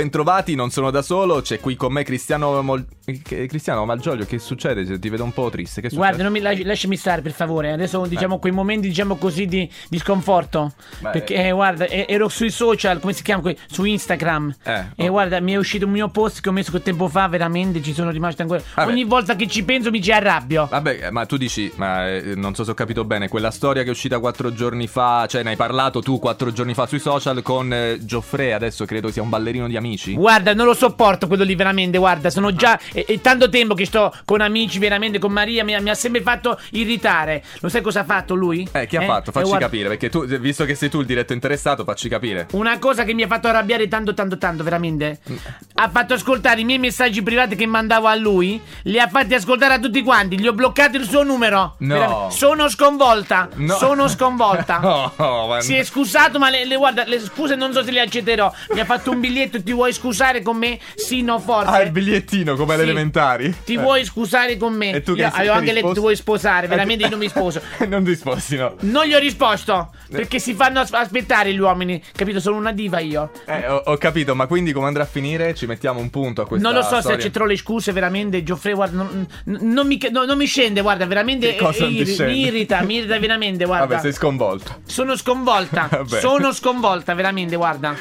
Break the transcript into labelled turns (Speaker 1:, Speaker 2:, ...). Speaker 1: bentrovati, non sono da solo, c'è qui con me Cristiano, Mol- che- Cristiano Malgioglio, che succede? Ti vedo un po' triste, che
Speaker 2: Guarda,
Speaker 1: succede? Eh.
Speaker 2: non mi lasci- lasciami stare per favore. Adesso diciamo quei momenti, diciamo così, di, di sconforto.
Speaker 1: Beh,
Speaker 2: Perché, eh, guarda, e- ero sui social, come si chiama? que- Su Instagram.
Speaker 1: Eh,
Speaker 2: E
Speaker 1: oh.
Speaker 2: guarda, mi è uscito un mio post che ho messo quel tempo fa, veramente ci sono rimasto ancora.
Speaker 1: Vabbè.
Speaker 2: Ogni volta che ci penso mi ci arrabbio.
Speaker 1: Vabbè, ma tu dici, ma eh, non so se ho capito bene, quella storia che è uscita quattro giorni fa, cioè ne hai parlato tu quattro giorni fa sui social con eh, Gioffre, adesso credo sia un ballerino di amici.
Speaker 2: Guarda, non lo sopporto quello lì, veramente. Guarda,
Speaker 1: Ah.
Speaker 2: sono già. È, è tanto tempo che sto con amici, veramente, con Maria. Mi, ha- mi ha sempre fatto irritare. Lo sai cosa ha fatto lui?
Speaker 1: Eh, chi ha fatto?
Speaker 2: eh,
Speaker 1: Facci
Speaker 2: guarda-
Speaker 1: capire, perché tu, visto che sei tu il diretto interessato, facci capire.
Speaker 2: Una cosa che mi ha fatto arrabbiare tanto, tanto, tanto, veramente. Ha fatto ascoltare i miei messaggi privati che mandavo a lui. Li ha fatti ascoltare a tutti quanti. Gli ho bloccato il suo numero.
Speaker 1: No.
Speaker 2: Veramente. Sono sconvolta.
Speaker 1: No.
Speaker 2: Sono sconvolta.
Speaker 1: No, Oh, ma-
Speaker 2: Si è scusato, ma le, le- guarda, le scuse non so se le accetterò. Mi ha fatto un biglietto, ti vuoi scusare con me? Sì, no, forte.
Speaker 1: Ah, il bigliettino come alle
Speaker 2: Sì.
Speaker 1: elementari.
Speaker 2: Ti vuoi scusare con me?
Speaker 1: E tu che
Speaker 2: Io
Speaker 1: sei-
Speaker 2: avevo
Speaker 1: che
Speaker 2: anche letto
Speaker 1: risposta?
Speaker 2: ti vuoi sposare, veramente
Speaker 1: Eh,
Speaker 2: io non mi sposo.
Speaker 1: non ti sposi, no.
Speaker 2: Non gli ho risposto perché si fanno as- aspettare gli uomini, capito? Sono una diva io.
Speaker 1: Eh, ho, ho capito, ma quindi come andrà a finire? Ci mettiamo un punto a questa
Speaker 2: non lo so se
Speaker 1: storia.
Speaker 2: accetterò le scuse, veramente. Geoffrey, guarda, non, n- non mi, no, non mi scende, guarda, veramente.
Speaker 1: Che cosa
Speaker 2: eh,
Speaker 1: non ti
Speaker 2: irri-
Speaker 1: scende?
Speaker 2: mi irrita, mi irrita veramente, guarda.
Speaker 1: Vabbè, sei sconvolto.
Speaker 2: Sono sconvolta,
Speaker 1: Vabbè.
Speaker 2: sono sconvolta, veramente, guarda.